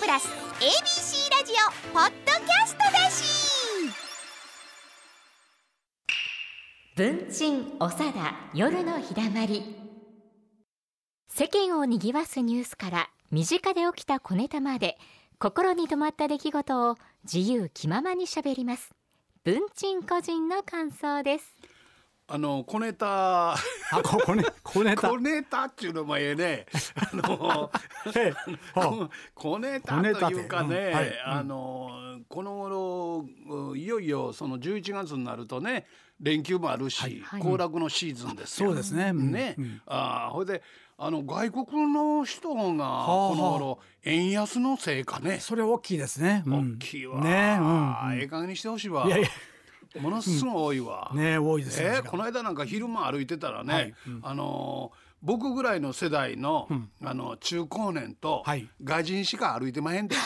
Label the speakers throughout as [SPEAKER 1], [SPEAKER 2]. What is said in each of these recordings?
[SPEAKER 1] プラス ABC ラジオポッドキャストだし
[SPEAKER 2] 文鎮おさだ夜のひだまり世間をにぎわすニュースから身近で起きた小ネタまで心に留まった出来事を自由気ままにしゃべります文鎮個人の感想です
[SPEAKER 3] あの小ネタ
[SPEAKER 4] あ、こ こね、こねた。
[SPEAKER 3] 小ネタっていうのもええね。あの
[SPEAKER 4] ええは
[SPEAKER 3] こ小ネタ
[SPEAKER 4] 小ネタ
[SPEAKER 3] と
[SPEAKER 4] で
[SPEAKER 3] いうかね、
[SPEAKER 4] うんはい
[SPEAKER 3] あのこの頃うんいよいよその11月になるとね連休もあるし
[SPEAKER 2] はい
[SPEAKER 3] 行楽のシーズンですよ
[SPEAKER 4] そうですねうん
[SPEAKER 3] ね
[SPEAKER 4] うん
[SPEAKER 3] あーほいであの外国の人がこ
[SPEAKER 4] あはあ
[SPEAKER 3] の頃円安のせいかね
[SPEAKER 4] それ大きいですね。うん
[SPEAKER 3] 大きいわ、
[SPEAKER 4] ね、うん
[SPEAKER 3] ええ加減にしてほしいわ
[SPEAKER 4] いやい
[SPEAKER 3] ものすごい多いわ。
[SPEAKER 4] や、ね、多いですね。
[SPEAKER 3] え
[SPEAKER 4] 時
[SPEAKER 3] ー
[SPEAKER 4] 間
[SPEAKER 3] この間なんか昼間歩いてたらね、
[SPEAKER 4] はいうん
[SPEAKER 3] あのー僕ぐらいの世代の、あの中高年と
[SPEAKER 4] はい
[SPEAKER 3] 外人しか歩いてまへんで、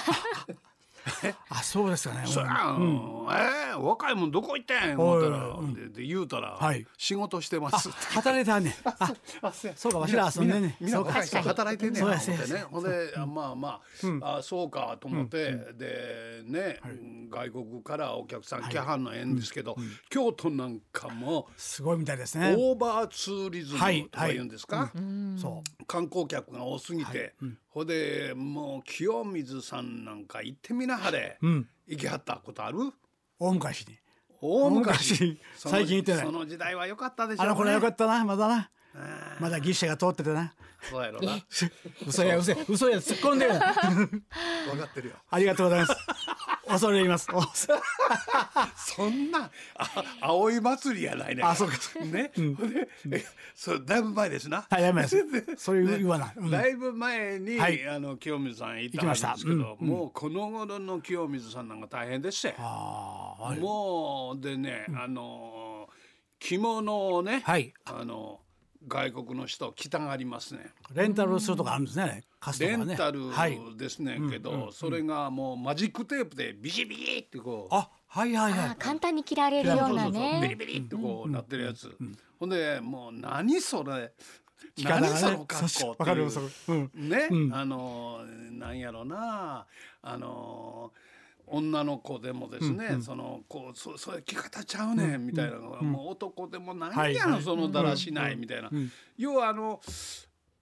[SPEAKER 4] あ、そうですかね。
[SPEAKER 3] そりゃうんえー若いもんどこ行ってん思ったら、でで言うたら、
[SPEAKER 4] はい
[SPEAKER 3] 仕事してますって。
[SPEAKER 4] 働いてはんねん。あ、
[SPEAKER 3] あせや
[SPEAKER 4] そうかわしら遊んでんねん
[SPEAKER 3] みんな
[SPEAKER 4] そうか
[SPEAKER 3] 若い人働いてんねん
[SPEAKER 4] そう
[SPEAKER 3] な
[SPEAKER 4] や
[SPEAKER 3] 思って
[SPEAKER 4] そう
[SPEAKER 3] ね
[SPEAKER 4] や
[SPEAKER 3] ほんであまあまああそうかと思ってでね外国からお客さん来はんのええんですけど京都なんかも
[SPEAKER 4] すごいみたいですね。
[SPEAKER 3] オーバーツーリズムとか言うんですか
[SPEAKER 4] そ
[SPEAKER 3] 観光客が多すぎてほんでもう清水さんなんか行ってみなはれ
[SPEAKER 4] う。うん。
[SPEAKER 3] 行きはったことある
[SPEAKER 4] 大昔に。
[SPEAKER 3] 大
[SPEAKER 4] 昔
[SPEAKER 3] その
[SPEAKER 4] 最近行ってない
[SPEAKER 3] その時代は良かったでしょ
[SPEAKER 4] あ
[SPEAKER 3] う
[SPEAKER 4] の頃よかったな、まだな。
[SPEAKER 3] あ
[SPEAKER 4] まだギリシャが通っててな。
[SPEAKER 3] ーそうやろな
[SPEAKER 4] 嘘や、嘘や、嘘や、突っ込 んでよ。
[SPEAKER 3] 分かってるよ
[SPEAKER 4] ありがとうございます。恐れ入 ります。恐れ
[SPEAKER 3] そんな、あ、葵祭りやないね。
[SPEAKER 4] あそうか
[SPEAKER 3] ね、ほんで、え、そう、だいぶ前ですな。
[SPEAKER 4] はい、や めます。それ言わない。うん
[SPEAKER 3] だいぶ前に、
[SPEAKER 4] はい
[SPEAKER 3] あの清水さん行っ
[SPEAKER 4] 行
[SPEAKER 3] た
[SPEAKER 4] き
[SPEAKER 3] は
[SPEAKER 4] ま
[SPEAKER 3] ず
[SPEAKER 4] し
[SPEAKER 3] で
[SPEAKER 4] た
[SPEAKER 3] すけど、
[SPEAKER 4] うん
[SPEAKER 3] もうこの頃の清水さんなんか大変でしたよ。
[SPEAKER 4] ああ、はい。
[SPEAKER 3] もうでね、あの着物をね、
[SPEAKER 4] はい
[SPEAKER 3] あの外国の人着たがりますね。
[SPEAKER 4] レンタルするとかあるんですね。貸すと
[SPEAKER 3] レ
[SPEAKER 4] かね。
[SPEAKER 3] ンタル
[SPEAKER 4] はい。
[SPEAKER 3] ですね、けど、それがもうマジックテープでビシビシってこう。
[SPEAKER 4] あ、はいはい
[SPEAKER 2] あ
[SPEAKER 4] はい。
[SPEAKER 2] 簡単に切られるような
[SPEAKER 3] ビリ
[SPEAKER 2] ね
[SPEAKER 3] ビリってこうなってるやつ、ほんでもう何それ
[SPEAKER 4] 方がね
[SPEAKER 3] 何その格好っていう
[SPEAKER 4] わかるよそれうん
[SPEAKER 3] ね、
[SPEAKER 4] うん
[SPEAKER 3] あのなんやろなあの女の子でもですね、そのこうそそういう着方ちゃうねんみたいなのが、もう男でもなんや
[SPEAKER 4] はい
[SPEAKER 3] の
[SPEAKER 4] はい
[SPEAKER 3] そのだらしないみたいな、要はあの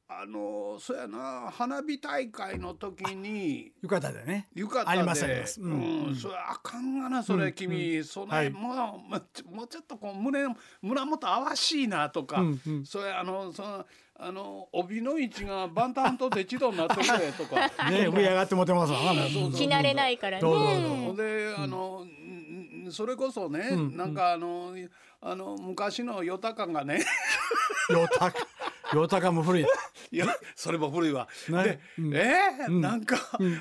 [SPEAKER 3] あのそうやな花火大会の時に
[SPEAKER 4] 浴衣でね。
[SPEAKER 3] 浴衣で
[SPEAKER 4] ありますあります
[SPEAKER 3] う
[SPEAKER 4] うんん
[SPEAKER 3] それあかんがなそれ、君そ
[SPEAKER 4] は
[SPEAKER 3] れ
[SPEAKER 4] い
[SPEAKER 3] もうもうちょもうちょっとこう胸胸元わしいなとか、
[SPEAKER 4] うんうん
[SPEAKER 3] それあのそのあの帯の位置がバンタンとでちどになってくれとか
[SPEAKER 4] ね、上上がって持てますわな。もう
[SPEAKER 2] 着慣れないから
[SPEAKER 4] どうぞどう
[SPEAKER 2] ね
[SPEAKER 3] ほんであの、んんそれこそね、なんかあのあの昔のヨタ感がね
[SPEAKER 4] ヨタカ、ヨタカも古い。
[SPEAKER 3] いやそれも古いわ。
[SPEAKER 4] ね
[SPEAKER 3] で、えーなんか、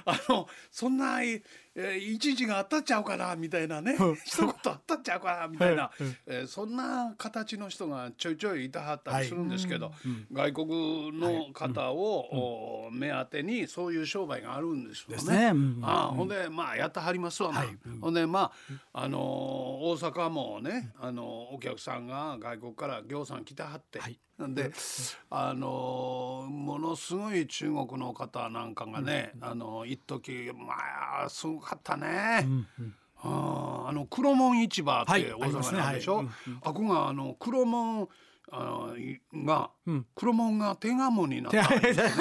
[SPEAKER 3] あのそんな、えー、一時があったっちゃうかなみたいなね、
[SPEAKER 4] うん
[SPEAKER 3] 一言あったっちゃうかなみたいな、
[SPEAKER 4] うん
[SPEAKER 3] えーそんな形の人がちょいちょいいたはった
[SPEAKER 4] は
[SPEAKER 3] り
[SPEAKER 4] い
[SPEAKER 3] するんですけど、外国の方を、お目当てにそういう商売があるんですよね。
[SPEAKER 4] ですねうん
[SPEAKER 3] ああほんでまあやってはりますわな、ほんでまあ、あのー大阪もね、あのーお客さんが外国から行さん来てはって、なんで、あのーものすごい中国の方なんかがね、あのー一時まあすごかったね。あーあの黒門市場っ
[SPEAKER 4] は
[SPEAKER 3] て
[SPEAKER 4] い
[SPEAKER 3] 大阪にあるでしょ、
[SPEAKER 4] あり
[SPEAKER 3] あこがあの黒門あのいが、
[SPEAKER 4] うん
[SPEAKER 3] 黒門が手賀門になった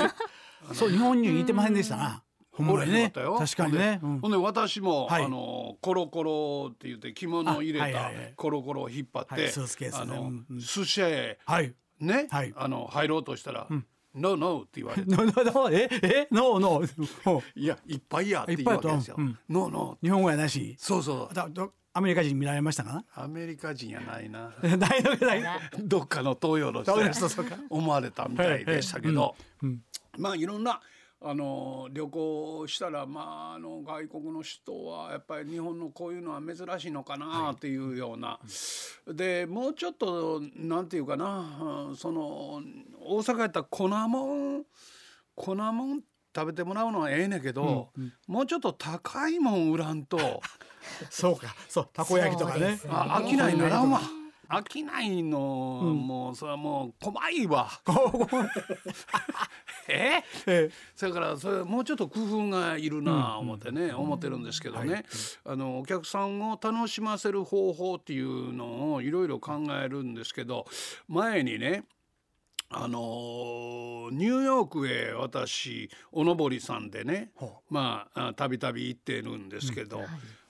[SPEAKER 4] そう、日本に似てませんでしたな。ほんま
[SPEAKER 3] よ
[SPEAKER 4] に
[SPEAKER 3] か
[SPEAKER 4] ね。
[SPEAKER 3] ったよ
[SPEAKER 4] 確かにね。う
[SPEAKER 3] ほんで
[SPEAKER 4] ん
[SPEAKER 3] ほんで私も、
[SPEAKER 4] はい
[SPEAKER 3] あのコロコロって言って着物を入れ
[SPEAKER 4] あはい
[SPEAKER 3] た
[SPEAKER 4] はいはい
[SPEAKER 3] コロコロを引っ張って、
[SPEAKER 4] はいスーツケースね
[SPEAKER 3] あ
[SPEAKER 4] う
[SPEAKER 3] の
[SPEAKER 4] んうん
[SPEAKER 3] 寿司屋へ
[SPEAKER 4] はい。
[SPEAKER 3] ね、
[SPEAKER 4] はい
[SPEAKER 3] あの入ろうとしたら「ノーノー」って言われて
[SPEAKER 4] の、の、の、え、え、の、の。 ほ
[SPEAKER 3] 「いやいっぱいや」って言うわけですよ。
[SPEAKER 4] いっぱいやと
[SPEAKER 3] ノーノー
[SPEAKER 4] う日本語やなし。
[SPEAKER 3] そうそう
[SPEAKER 4] だ、だアメリカ人見られましたか
[SPEAKER 3] アメリカ人やないな
[SPEAKER 4] な。大丈夫、大丈
[SPEAKER 3] どっかの東洋の人
[SPEAKER 4] 東洋
[SPEAKER 3] や
[SPEAKER 4] の人そうか
[SPEAKER 3] 思われたみたいでしたけど、
[SPEAKER 4] 夫。うん。
[SPEAKER 3] まあいろんなあの旅行をしたら、まあ、あの外国の人はやっぱり日本のこういうのは珍しいのかなっていうような、でもうちょっとなんていうかなうんその大阪やったら粉もん粉もん食べてもらうのはええねんけど、もうちょっと高いもん売らんと
[SPEAKER 4] そうか。そう、たこ焼きとかね。
[SPEAKER 3] あ飽きないならんわ。商いの、もうそれはもう怖い わえ
[SPEAKER 4] え
[SPEAKER 3] それからそれもうちょっと工夫がいるなあ思ってね、思ってるんですけどね、あのお客さんを楽しませる方法っていうのをいろいろ考えるんですけど前にねあのーニューヨークへ私おのぼりさんでね
[SPEAKER 4] ほ
[SPEAKER 3] まああたびたび行ってるんですけど、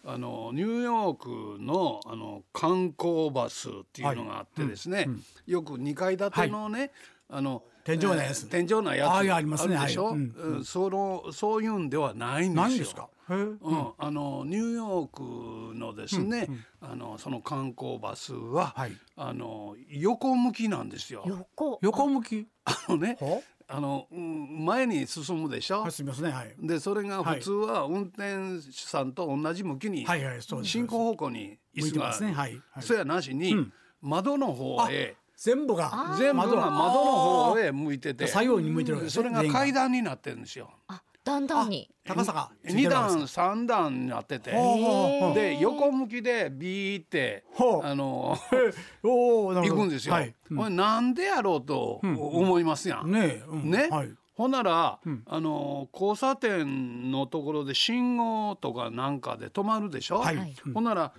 [SPEAKER 3] あのニューヨークのあの観光バスっていうのがあってですね、よく2階建てのね、あの
[SPEAKER 4] 天井のやつ
[SPEAKER 3] えー天井のやつ
[SPEAKER 4] ああありますね
[SPEAKER 3] あるでしょ、
[SPEAKER 4] はいうん
[SPEAKER 3] うんそのそういうんではないんですよ。
[SPEAKER 4] ないんですか。へえ
[SPEAKER 3] うん、あのニューヨークのですね、あのその観光バスは、
[SPEAKER 4] はい
[SPEAKER 3] あの横向きなんですよ。
[SPEAKER 2] 横
[SPEAKER 4] 横向き。
[SPEAKER 3] あの ね、
[SPEAKER 4] は
[SPEAKER 3] あのうん前に進むでしょ。
[SPEAKER 4] い、すみませんね。はい。
[SPEAKER 3] でそれが
[SPEAKER 4] は
[SPEAKER 3] 普
[SPEAKER 4] い
[SPEAKER 3] 通は運転手さんと同じ向きに、
[SPEAKER 4] はいはいそうです
[SPEAKER 3] 進行方向に
[SPEAKER 4] 向
[SPEAKER 3] 椅
[SPEAKER 4] い
[SPEAKER 3] 子
[SPEAKER 4] て
[SPEAKER 3] が
[SPEAKER 4] ま
[SPEAKER 3] あ
[SPEAKER 4] す
[SPEAKER 3] る、
[SPEAKER 4] ね。はい。はい
[SPEAKER 3] そやなしに、
[SPEAKER 4] うん
[SPEAKER 3] 窓の方へ
[SPEAKER 4] 全部が。
[SPEAKER 3] 全部
[SPEAKER 4] 窓
[SPEAKER 3] が
[SPEAKER 4] が
[SPEAKER 3] 窓の方へ向いてて
[SPEAKER 4] 左右に向いてるわけです
[SPEAKER 3] そ
[SPEAKER 4] ね。
[SPEAKER 3] れが
[SPEAKER 4] 全員
[SPEAKER 3] 階段になってるんですよ。
[SPEAKER 2] あだんだんに
[SPEAKER 4] 高さが。
[SPEAKER 3] 2段。3段になってて
[SPEAKER 4] ほうほうほう。
[SPEAKER 3] で
[SPEAKER 2] 네,
[SPEAKER 3] 横向きでビーって
[SPEAKER 4] ほう
[SPEAKER 3] あの
[SPEAKER 4] おお、なる
[SPEAKER 3] 行
[SPEAKER 4] ほど
[SPEAKER 3] くんですよ。
[SPEAKER 4] はい。うん
[SPEAKER 3] これなんでやろうと思いますやん。
[SPEAKER 4] ねえ、うん
[SPEAKER 3] ね、
[SPEAKER 4] はい。
[SPEAKER 3] ほんなら、
[SPEAKER 4] うん
[SPEAKER 3] あの交差点のところで信号とかなんかで止まるでしょ、
[SPEAKER 4] はい
[SPEAKER 2] はい
[SPEAKER 3] ほんなら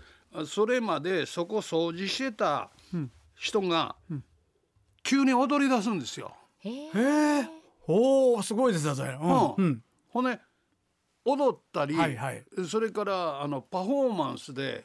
[SPEAKER 3] それまでそこ掃除してた人が、急に踊り出すんですよ。
[SPEAKER 2] へえ
[SPEAKER 4] へえ。おお、すごいですね、それ。うん。
[SPEAKER 3] うん
[SPEAKER 4] うん。
[SPEAKER 3] ほんで踊ったり、
[SPEAKER 4] はいはい
[SPEAKER 3] それからあのパフォーマンスで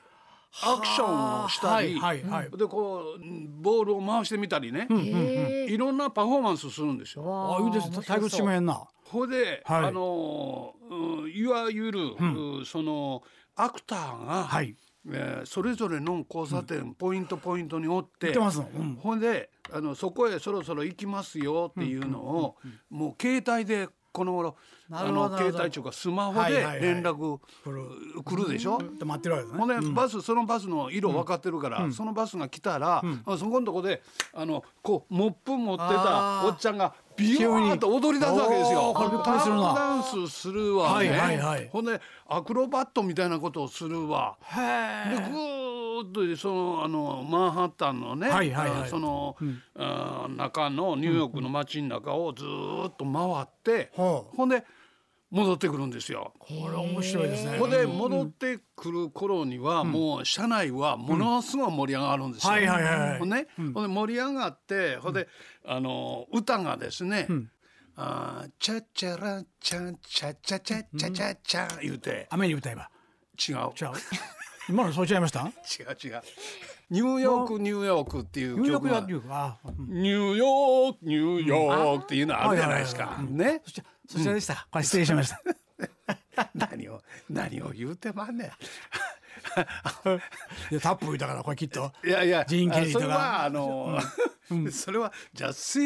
[SPEAKER 3] アクションをしたり、
[SPEAKER 4] はいはいはい
[SPEAKER 3] でこううんボールを回してみたりね、
[SPEAKER 2] へえ
[SPEAKER 3] いろんなパフォーマンスするんですよ。
[SPEAKER 2] わ
[SPEAKER 4] あ、いいですね。体育しまやんな。
[SPEAKER 3] ほいで、
[SPEAKER 4] はい
[SPEAKER 3] あのうんいわゆる、うんそのアクターが、
[SPEAKER 4] はい。
[SPEAKER 3] えーそれぞれの交差点、ポイントポイントにおって
[SPEAKER 4] 行ってますのうん
[SPEAKER 3] ほんであのそこへそろそろ行きますよっていうのを、もう携帯でこの頃
[SPEAKER 4] な
[SPEAKER 3] あ
[SPEAKER 4] るほど
[SPEAKER 3] の
[SPEAKER 4] なるほど
[SPEAKER 3] 携帯というかスマホ
[SPEAKER 4] はい
[SPEAKER 3] で
[SPEAKER 4] はいはい
[SPEAKER 3] 連絡
[SPEAKER 4] 来る
[SPEAKER 3] 来るでしょ。
[SPEAKER 4] で待ってるわけです
[SPEAKER 3] ほん
[SPEAKER 4] ね。
[SPEAKER 3] でバスそのバスの色分かってるから、そのバスが来たら、あそこのとこであのこうモップ持って
[SPEAKER 4] あ
[SPEAKER 3] たお
[SPEAKER 4] ー
[SPEAKER 3] っちゃんがビヨーンと踊り出すわけですよ。
[SPEAKER 4] おーこれびっくりするな
[SPEAKER 3] ターンダンスするわね、
[SPEAKER 4] はいはいはい
[SPEAKER 3] ほんでアクロバットみたいなことをするわ。
[SPEAKER 4] へ
[SPEAKER 3] でぐ
[SPEAKER 4] え。
[SPEAKER 3] ーっとそのあのマンハッタンのね、
[SPEAKER 4] はいはいはい
[SPEAKER 3] あその、あー中のニューヨークの街の中をずーっと回って、
[SPEAKER 4] ほう
[SPEAKER 3] ほんで戻ってくるんですよ。
[SPEAKER 4] これ面白いですね。
[SPEAKER 3] ここで戻ってくる頃にはもう車内はものすごい盛り上がるんですよ。
[SPEAKER 4] はいはいはい
[SPEAKER 3] ほんで,、ほんで盛り上がってほんで、あの歌がですね「あーチャチャラチャチャチャチャチャチャチャ」言うて
[SPEAKER 4] 雨に歌えば。
[SPEAKER 3] 違う
[SPEAKER 4] じゃあ今のそうちゃいました？
[SPEAKER 3] 違う違う「ニューヨークニューヨーク」っていう
[SPEAKER 4] 入
[SPEAKER 3] 曲
[SPEAKER 4] 力や
[SPEAKER 3] が
[SPEAKER 4] っていうか。あうん
[SPEAKER 3] ニューヨークニューヨークっていうのあるじゃないですか。ね
[SPEAKER 4] そちらそちらでした。これ失礼しました。
[SPEAKER 3] 何を何を言うてまんねん。
[SPEAKER 4] いやタップ言うたからこれきっと。
[SPEAKER 3] いやいや、
[SPEAKER 4] ジーンケリーと
[SPEAKER 3] あ
[SPEAKER 4] か
[SPEAKER 3] それはあの、それはじゃあスイ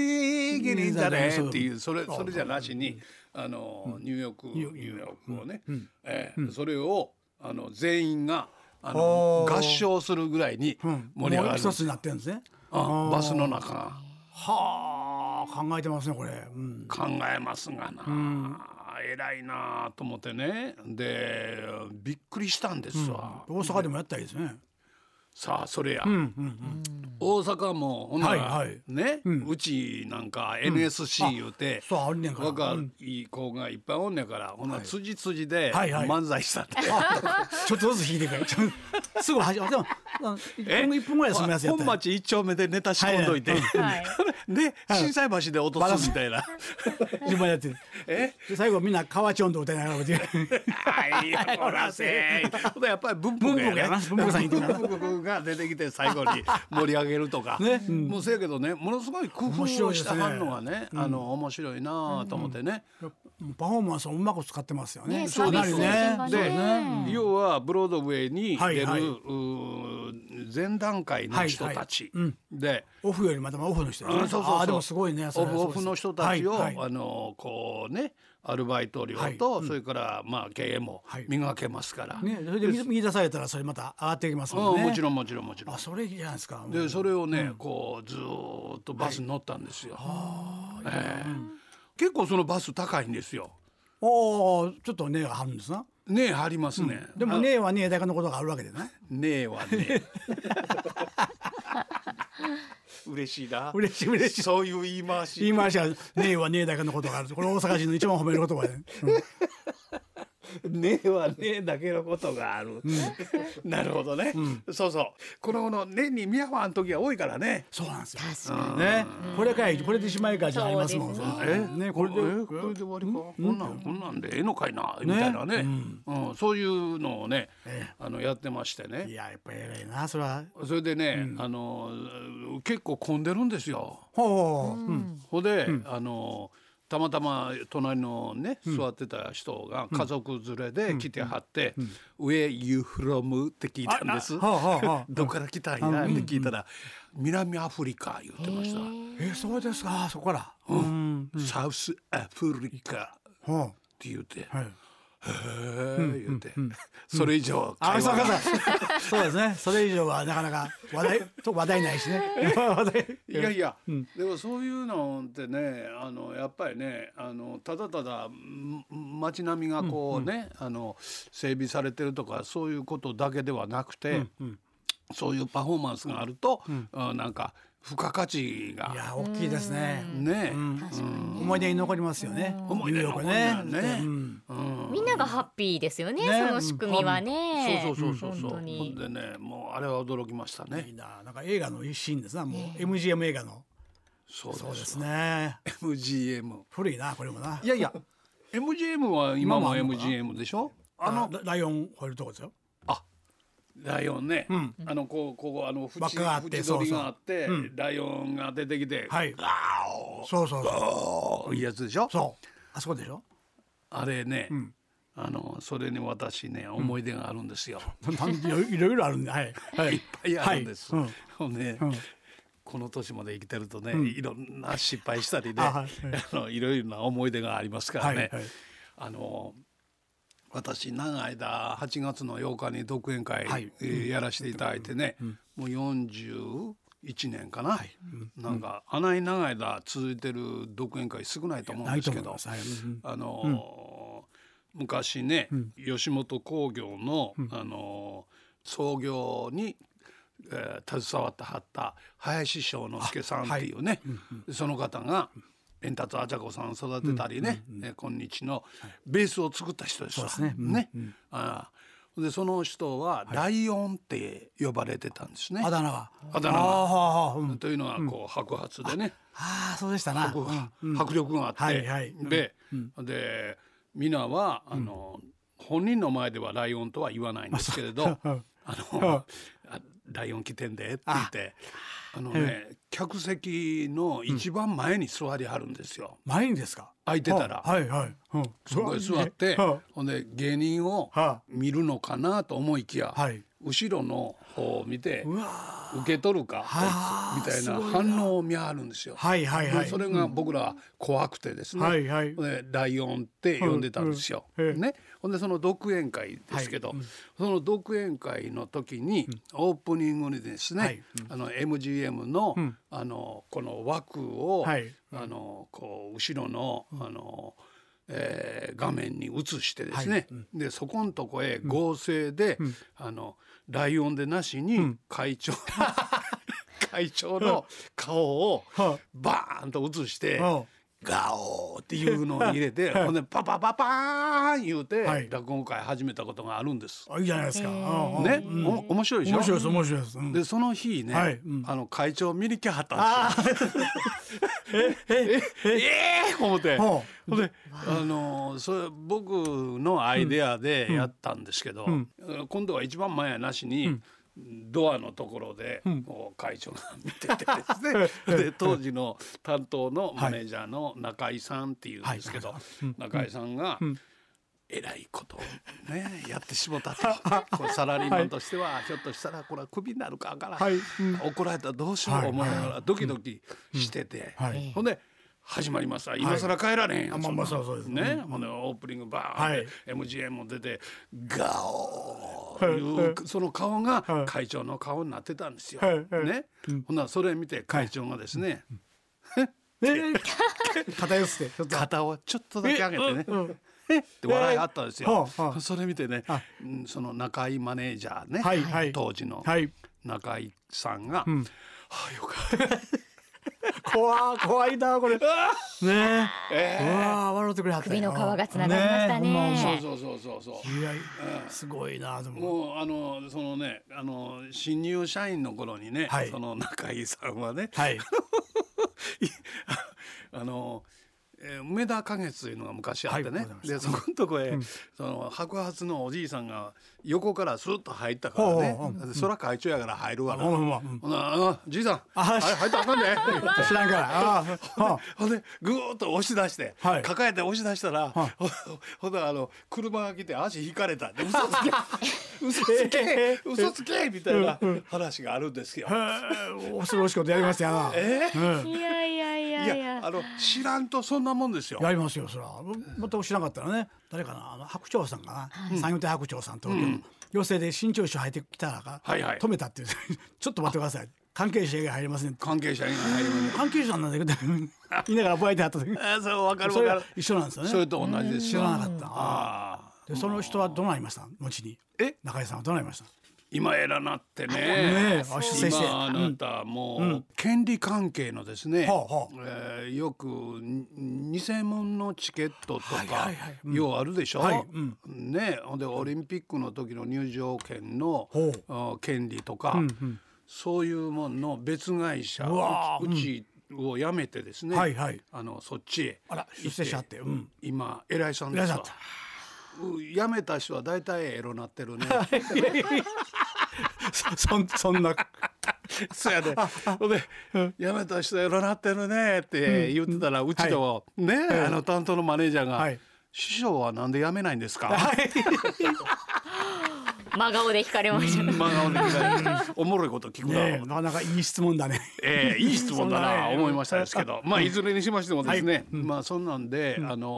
[SPEAKER 3] ーゲリーだねっていううそれそれじゃなしにあのニューヨークニューヨークをね、えーそれをあの全員があの
[SPEAKER 4] おー
[SPEAKER 3] 合唱するぐらいに
[SPEAKER 4] うん。
[SPEAKER 3] 盛り上が
[SPEAKER 4] もう
[SPEAKER 3] る、
[SPEAKER 4] 一つになってるんですね。
[SPEAKER 3] あバスの中が
[SPEAKER 4] はあ考えてますねこれ。うん。
[SPEAKER 3] 考えますがな、偉いなと思ってねでびっくりしたんですわ、
[SPEAKER 4] 大阪でもやったらいいですね。
[SPEAKER 3] さあそれや、
[SPEAKER 4] うんうん
[SPEAKER 3] 大阪もほんなら、
[SPEAKER 4] はいはい
[SPEAKER 3] ね、う
[SPEAKER 4] うん
[SPEAKER 3] ちなんか NSC 言うて、
[SPEAKER 4] そうあるねんから。
[SPEAKER 3] 若
[SPEAKER 4] うん
[SPEAKER 3] い子がいっぱいおんねんから、ほんなら
[SPEAKER 4] はい
[SPEAKER 3] 辻辻で
[SPEAKER 4] はいはい
[SPEAKER 3] 漫才したって、
[SPEAKER 4] ちょっとずつ引いてく れ。ちょっとすぐ始まる。でもうん一分一分ぐらいで済むやつやっ
[SPEAKER 3] 本
[SPEAKER 4] たら。
[SPEAKER 3] 町一丁目でネタ仕込んどいて、
[SPEAKER 2] はい
[SPEAKER 3] で震災橋で落とすみたいな。
[SPEAKER 4] 順番やってる。
[SPEAKER 3] え
[SPEAKER 4] で最後みんな河内音頭歌いながらこうやって。
[SPEAKER 3] はい、ほらせー。ほんでやっぱり文福
[SPEAKER 4] 文福やな文福さんいてるな
[SPEAKER 3] 文福が出てきて最後に盛り上げるとか。
[SPEAKER 4] ねうん
[SPEAKER 3] もうせやけどね、ものすごい工夫を
[SPEAKER 4] 面白いで
[SPEAKER 3] し
[SPEAKER 4] すね
[SPEAKER 3] たはんのがね、あの面白いなと思ってね。
[SPEAKER 4] パフォーマンスをうまく使ってますよね。
[SPEAKER 2] ね
[SPEAKER 4] そうなるよね
[SPEAKER 2] サービス精神が。ね
[SPEAKER 4] そうね
[SPEAKER 3] で、要はブロードウェイに出る、
[SPEAKER 4] はいはいう
[SPEAKER 3] ー前段階の人たち、
[SPEAKER 4] はいはい
[SPEAKER 3] で、
[SPEAKER 4] オフよりまたまあオフの人です
[SPEAKER 3] うん
[SPEAKER 4] ね。
[SPEAKER 3] そうそうそう
[SPEAKER 4] ああでもすごいね。そ
[SPEAKER 3] オ
[SPEAKER 4] れは
[SPEAKER 3] フオ
[SPEAKER 4] そうです
[SPEAKER 3] フの人たちを、
[SPEAKER 4] はいはい
[SPEAKER 3] あのこうねアルバイト料
[SPEAKER 4] はい
[SPEAKER 3] と、
[SPEAKER 4] うん
[SPEAKER 3] それからまあ経営も
[SPEAKER 4] はい
[SPEAKER 3] 磨けますから、
[SPEAKER 4] ね、それで見見出されたらそれまた上がっていきますもん
[SPEAKER 3] う
[SPEAKER 4] ね。
[SPEAKER 3] んもちろんもちろんもちろん
[SPEAKER 4] あ、。それいいじゃないですか。
[SPEAKER 3] でそれをね、こうずーっとバスに乗ったんですよ。ええ結構そのバス高いんですよ。
[SPEAKER 4] おお、ちょっとねが張るんですな。
[SPEAKER 3] ねえ張りますね。
[SPEAKER 4] でも
[SPEAKER 3] あ
[SPEAKER 4] ねはねだけのことがあるわけでね。
[SPEAKER 3] ねえはねえ。 嬉しいな
[SPEAKER 4] 嬉しい嬉しい
[SPEAKER 3] そういう言い回し
[SPEAKER 4] 言い回しは「ねえはねえだけのことがある」これ大阪人の一番褒める言葉で、うん
[SPEAKER 3] ねえはねえだけのことがある。なるほどね、そうそう。このの年にミヤファンの時は多いからね。
[SPEAKER 4] そうなんですよ
[SPEAKER 2] 確かに
[SPEAKER 4] ねこれかいこれでしまいかじゃありますもん
[SPEAKER 2] そうです
[SPEAKER 3] え
[SPEAKER 4] ねこれで
[SPEAKER 3] えこれで終わりか。こんなんこんなんでええのかいなみたいなね。うんそういうのをねあのやってまして
[SPEAKER 4] い
[SPEAKER 3] ね。
[SPEAKER 4] ややっぱ偉いなそれは
[SPEAKER 3] それでね、あの結構混んでるんですよ。
[SPEAKER 4] ほう、うん
[SPEAKER 3] ほんで、あのたまたま隣のね座ってた人が家族連れで来てはって「上 You from?」って聞いたんです
[SPEAKER 4] ああはあはあはあ
[SPEAKER 3] 「どこから来たんや?」って聞いたら「南アフリカ」言ってました
[SPEAKER 4] えそうですかそこからうん
[SPEAKER 3] 「サウスアフリカ」
[SPEAKER 4] ほ
[SPEAKER 3] って言って
[SPEAKER 4] うはい
[SPEAKER 3] 「へえ」言って それ以上は
[SPEAKER 4] あ
[SPEAKER 3] 会
[SPEAKER 4] そうか
[SPEAKER 3] 話
[SPEAKER 4] そう
[SPEAKER 3] が
[SPEAKER 4] かそうですねそれ以上はなかなか話題と話題ないしね 話題
[SPEAKER 3] い やいや、でもそういうのってねあのやっぱりねあのただただん街並みがこうね、あの整備されてるとかそういうことだけではなくて、そういうパフォーマンスがあると、あなんか付加価値
[SPEAKER 4] い
[SPEAKER 3] が
[SPEAKER 4] や大きいですね
[SPEAKER 3] ね、
[SPEAKER 4] 思い出に残りますよね
[SPEAKER 3] 思い出に残る
[SPEAKER 4] ニューヨー
[SPEAKER 3] ね
[SPEAKER 4] クねうん
[SPEAKER 2] みんながハッピーですよね
[SPEAKER 4] ね
[SPEAKER 2] その仕組みはね、
[SPEAKER 3] そうそうそうそうそ
[SPEAKER 2] 本
[SPEAKER 3] う、
[SPEAKER 2] 当
[SPEAKER 3] ほん
[SPEAKER 2] に
[SPEAKER 3] でねもうあれは驚きました
[SPEAKER 4] い
[SPEAKER 3] ね
[SPEAKER 4] いななんか映画のいいシーンですなもう MGM 映画の
[SPEAKER 3] そうです
[SPEAKER 4] そうですね
[SPEAKER 3] MGM
[SPEAKER 4] 古いなこれもない
[SPEAKER 3] やいや MGM は今も
[SPEAKER 4] 今もあんのかな
[SPEAKER 3] MGM でしょ
[SPEAKER 4] あのラライオン吠えるとこですよ
[SPEAKER 3] ライオンね、
[SPEAKER 4] ん
[SPEAKER 3] あのこうこうあの縁
[SPEAKER 4] 輪っかがあって
[SPEAKER 3] 縁取りがあってライオンが出てきて、
[SPEAKER 4] はい
[SPEAKER 3] ガオ
[SPEAKER 4] そうそうそう
[SPEAKER 3] ーいうやつでしょ
[SPEAKER 4] そうあそこでしょ
[SPEAKER 3] あれね、あのそれに私ね思い出があるんですよ、
[SPEAKER 4] なんいろいろいろあるんではいはい
[SPEAKER 3] っぱいあるんです、
[SPEAKER 4] はいうん
[SPEAKER 3] ほんで、
[SPEAKER 4] ん
[SPEAKER 3] この年まで生きてるとね、いろんな失敗したりね
[SPEAKER 4] あ
[SPEAKER 3] あ
[SPEAKER 4] はい
[SPEAKER 3] のいろいろな思い出がありますからね、
[SPEAKER 4] はいはい
[SPEAKER 3] あの私長い間8月の8日に独演会、
[SPEAKER 4] はい
[SPEAKER 3] えーやらせていただいてね、もう41年かな、なんか、あない長い間続いてる独演会少ないと思うん
[SPEAKER 4] ない
[SPEAKER 3] です
[SPEAKER 4] と
[SPEAKER 3] け
[SPEAKER 4] 思い
[SPEAKER 3] ど
[SPEAKER 4] ますはいうん
[SPEAKER 3] あのー昔ね、吉本興業の、あのー創業に、えー携わってはった林正之助さんっていうね、その方が円達あちゃこさん育てたりね、えー今日のベースを作った人ですわ
[SPEAKER 4] そうですねうん
[SPEAKER 3] あーでその人はライオンって呼ばれてたんですね。
[SPEAKER 4] あだ名は
[SPEAKER 3] あだ名
[SPEAKER 4] あ
[SPEAKER 3] は
[SPEAKER 4] あああうん
[SPEAKER 3] というのはこう白髪でね、
[SPEAKER 4] ああそうでしたな
[SPEAKER 3] こう
[SPEAKER 4] うんうん
[SPEAKER 3] 迫力があって、
[SPEAKER 4] はいはい
[SPEAKER 3] で、で皆はあの、本人の前ではライオンとは言わないんですけれど、
[SPEAKER 4] うん
[SPEAKER 3] あの、あライオン来てんでって言って、あのね、客席の一番前に座りはるんですよ。
[SPEAKER 4] 前にですか
[SPEAKER 3] 空いてたら
[SPEAKER 4] はいはいうん
[SPEAKER 3] そこへ座って、
[SPEAKER 4] は
[SPEAKER 3] ほんで芸人を
[SPEAKER 4] は
[SPEAKER 3] 見るのかなと思いきや、
[SPEAKER 4] はい
[SPEAKER 3] 後ろの方を見て
[SPEAKER 4] うわ
[SPEAKER 3] 受け取るか
[SPEAKER 4] はあ
[SPEAKER 3] みたい
[SPEAKER 4] す
[SPEAKER 3] な
[SPEAKER 4] ごいな
[SPEAKER 3] 反応を見はるんですよ。
[SPEAKER 4] はいはいはい
[SPEAKER 3] でそれが僕らは怖くてですね、
[SPEAKER 4] はいはい
[SPEAKER 3] でライオンって呼んでたんですよ。
[SPEAKER 4] うんうん
[SPEAKER 3] ね、ほんでその独演会ですけど、その独演会の時にオープニングにですね、
[SPEAKER 4] はい
[SPEAKER 3] あの MGM の,、
[SPEAKER 4] ん
[SPEAKER 3] あのこの枠を、
[SPEAKER 4] はい
[SPEAKER 3] あのこう後ろのあの、えー画面に映してですね、
[SPEAKER 4] はい
[SPEAKER 3] でそこんとこへ合成で、あのライオンでなしに会 長の、会長の顔を
[SPEAKER 4] は
[SPEAKER 3] バーンと映して
[SPEAKER 4] うん
[SPEAKER 3] 「ガオー」っていうのを入れ て、ほんで「パパパパーン」言うて、
[SPEAKER 4] はい
[SPEAKER 3] 落語会始めたことがあるんです。
[SPEAKER 4] あいいじゃないですかうんうん
[SPEAKER 3] ね、お面白いでしょ
[SPEAKER 4] 面白いです面白いですうん
[SPEAKER 3] でその日ね、
[SPEAKER 4] はいうん
[SPEAKER 3] あの会長見に来はったんですよ。えええー思 って。
[SPEAKER 4] ほう
[SPEAKER 3] ほんで、あのーそれ僕のアイデアでやったんですけど、今度は一番前やなしに。ドアのところで、こう会長が見てて ですねで当時の担当のマネージャーの中井さんっていうんですけど、中井さんが、えらいことをねやってしも たとこうサラリーマンとしては、ひょっとしたらこれはクビになるかわからん、
[SPEAKER 4] はいうん
[SPEAKER 3] 怒られたらどうしよう思いながらドキドキしてて、
[SPEAKER 4] はい
[SPEAKER 3] ほんで始まりますわ今更帰られへんやん
[SPEAKER 4] あまあ
[SPEAKER 3] ん
[SPEAKER 4] ま
[SPEAKER 3] な
[SPEAKER 4] あそうそうです
[SPEAKER 3] ねほんでオープニングバーンって、MGM も出てガオーいう、
[SPEAKER 4] はいはい
[SPEAKER 3] その顔が
[SPEAKER 4] はい
[SPEAKER 3] 会長の顔になってたんですよ。
[SPEAKER 4] はいはい
[SPEAKER 3] ね、ほんならそれ見て会長がですね、
[SPEAKER 4] え片寄せてちょっと
[SPEAKER 3] 肩をちょっとだけ上げてね。
[SPEAKER 4] うん
[SPEAKER 3] で笑いがあったんですよ
[SPEAKER 4] え。ーはあはあ
[SPEAKER 3] それ見てね
[SPEAKER 4] あ、
[SPEAKER 3] うんその中井マネージャーね、
[SPEAKER 4] はいはい
[SPEAKER 3] 当時の
[SPEAKER 4] はい
[SPEAKER 3] 中井さんが、ああよかった。
[SPEAKER 4] 怖い怖いな これねえ
[SPEAKER 3] え
[SPEAKER 4] う
[SPEAKER 3] え
[SPEAKER 4] わー笑ってくれはったよ
[SPEAKER 2] 首の皮がつながりましたね
[SPEAKER 4] えほんまそう
[SPEAKER 3] そうそうそうそうそう。
[SPEAKER 4] いやすごいなでも
[SPEAKER 3] もうあのそのねあの新入社員の頃にね、
[SPEAKER 4] はい
[SPEAKER 3] その中井さんはね、
[SPEAKER 4] はい
[SPEAKER 3] いあの、えー梅田花月というのが昔あって
[SPEAKER 4] は
[SPEAKER 3] ね
[SPEAKER 4] い、ござい
[SPEAKER 3] で
[SPEAKER 4] ま
[SPEAKER 3] そこのとこへ、その白髪のおじいさんが横からスッと入ったからね
[SPEAKER 4] ほうほうほう
[SPEAKER 3] で空会長やから入るわな、
[SPEAKER 4] ほんまほんまうん
[SPEAKER 3] ほなあのじいさん
[SPEAKER 4] あ
[SPEAKER 3] あれ
[SPEAKER 4] し
[SPEAKER 3] 入ったらあかんで、
[SPEAKER 4] 知らんからあーあ
[SPEAKER 3] ほんでぐーっと押し出して、
[SPEAKER 4] はい
[SPEAKER 3] 抱えて押し出したら、
[SPEAKER 4] はい
[SPEAKER 3] ほほんであの車が来て足引かれた で嘘つけ嘘つけ嘘つけみたいな話があるんですよ。
[SPEAKER 4] ーへー恐ろしいことやりましたよな
[SPEAKER 3] えー
[SPEAKER 2] いやいやい
[SPEAKER 3] い
[SPEAKER 2] や
[SPEAKER 3] や
[SPEAKER 2] いや
[SPEAKER 3] あの知らんとそんなもんですよ。
[SPEAKER 4] やりますよそら全く知らなかったらね誰かなあの白鳥さんかな三遊亭白鳥さん東京の寄席で新潮師匠入ってきたらか
[SPEAKER 3] はいはい
[SPEAKER 4] 止めたっていう ちょっと待ってください関係者以外入れませんって
[SPEAKER 3] 関係者に入るのに。
[SPEAKER 4] 関係者なんだけど 言いながら覚えてはった時
[SPEAKER 3] あそう わかる
[SPEAKER 4] そ
[SPEAKER 3] わ
[SPEAKER 4] れ
[SPEAKER 3] か
[SPEAKER 4] が
[SPEAKER 3] る。
[SPEAKER 4] 一緒なんですよ
[SPEAKER 3] それ
[SPEAKER 4] ね
[SPEAKER 3] と同じです
[SPEAKER 4] 知
[SPEAKER 3] よ。
[SPEAKER 4] らなかったあ
[SPEAKER 3] ああ
[SPEAKER 4] ーでその人はどうなりました後に
[SPEAKER 3] え
[SPEAKER 4] 中井さんはどうなりました
[SPEAKER 3] 今偉なってね。
[SPEAKER 4] ねえあ出世して
[SPEAKER 3] 今あなたもう権利関係のですね、
[SPEAKER 4] ほうほう
[SPEAKER 3] えーよくに偽物のチケットと
[SPEAKER 4] はいは
[SPEAKER 3] か
[SPEAKER 4] いはいうん
[SPEAKER 3] ようあるでしょ、
[SPEAKER 4] はいうん
[SPEAKER 3] ねえほんでオリンピックの時の入場券の
[SPEAKER 4] ほう
[SPEAKER 3] あ権利とか、
[SPEAKER 4] うん
[SPEAKER 3] そういうもんの別会社
[SPEAKER 4] うわー
[SPEAKER 3] うちを辞めてですね、
[SPEAKER 4] はいはい
[SPEAKER 3] あのそっちへ
[SPEAKER 4] あら出世しはってうん
[SPEAKER 3] 今偉いさん
[SPEAKER 4] いら
[SPEAKER 3] です
[SPEAKER 4] っしゃっ
[SPEAKER 3] わ
[SPEAKER 4] た。
[SPEAKER 3] う辞めた人は大体エロなってる ね。
[SPEAKER 4] そそんそんな
[SPEAKER 3] そうや で。ほんで、辞めた人エロなってるねって言ってたら、うちの、ね、あの担当のマネージャーが、
[SPEAKER 4] はい
[SPEAKER 3] 師匠はなんで辞めないんです か。
[SPEAKER 2] 真顔で惹かれました
[SPEAKER 3] 真顔で見られておもろいこと聞くな。
[SPEAKER 4] ねえなかなかいい質問だね。
[SPEAKER 3] ええいい質問だ
[SPEAKER 4] そんな
[SPEAKER 3] な
[SPEAKER 4] ね
[SPEAKER 3] 思いましたですけど、まあいずれにしましてもですね、まあそんなんで、あの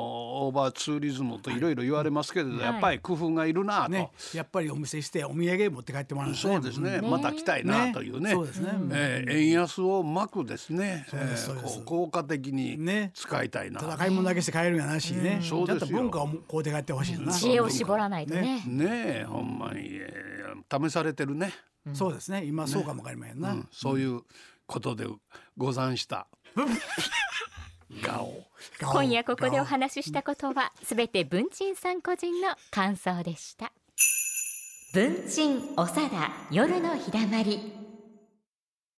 [SPEAKER 3] オーバーツーリズムといろいろ言われますけれど、やっぱり工夫がいるなと、
[SPEAKER 4] ねやっぱりお店してお土産持って帰ってもらうんですね
[SPEAKER 3] そうですね、また来たいなというね。
[SPEAKER 4] そうですね
[SPEAKER 3] えー円安をうまくですね、え
[SPEAKER 4] です
[SPEAKER 3] ー
[SPEAKER 4] そうです
[SPEAKER 3] こう効果的に
[SPEAKER 4] ね
[SPEAKER 3] 使いたいな。
[SPEAKER 4] 戦いもんだけして帰るんやなしね、ち
[SPEAKER 3] そ
[SPEAKER 4] ょ
[SPEAKER 3] う
[SPEAKER 4] っ
[SPEAKER 3] です
[SPEAKER 4] と
[SPEAKER 3] よ
[SPEAKER 4] 文化をこうで帰ってほしいな、
[SPEAKER 2] 知恵を絞らないとね
[SPEAKER 3] ねえほんまに、えー試されてるね、
[SPEAKER 4] そうですね今そうかもわかりません
[SPEAKER 3] う
[SPEAKER 4] な、
[SPEAKER 3] んそういうことでござんした。ガオ
[SPEAKER 2] 今夜ここでお話ししたことはすべて文鎮さん個人の感想でした文鎮おさだ夜のひだまり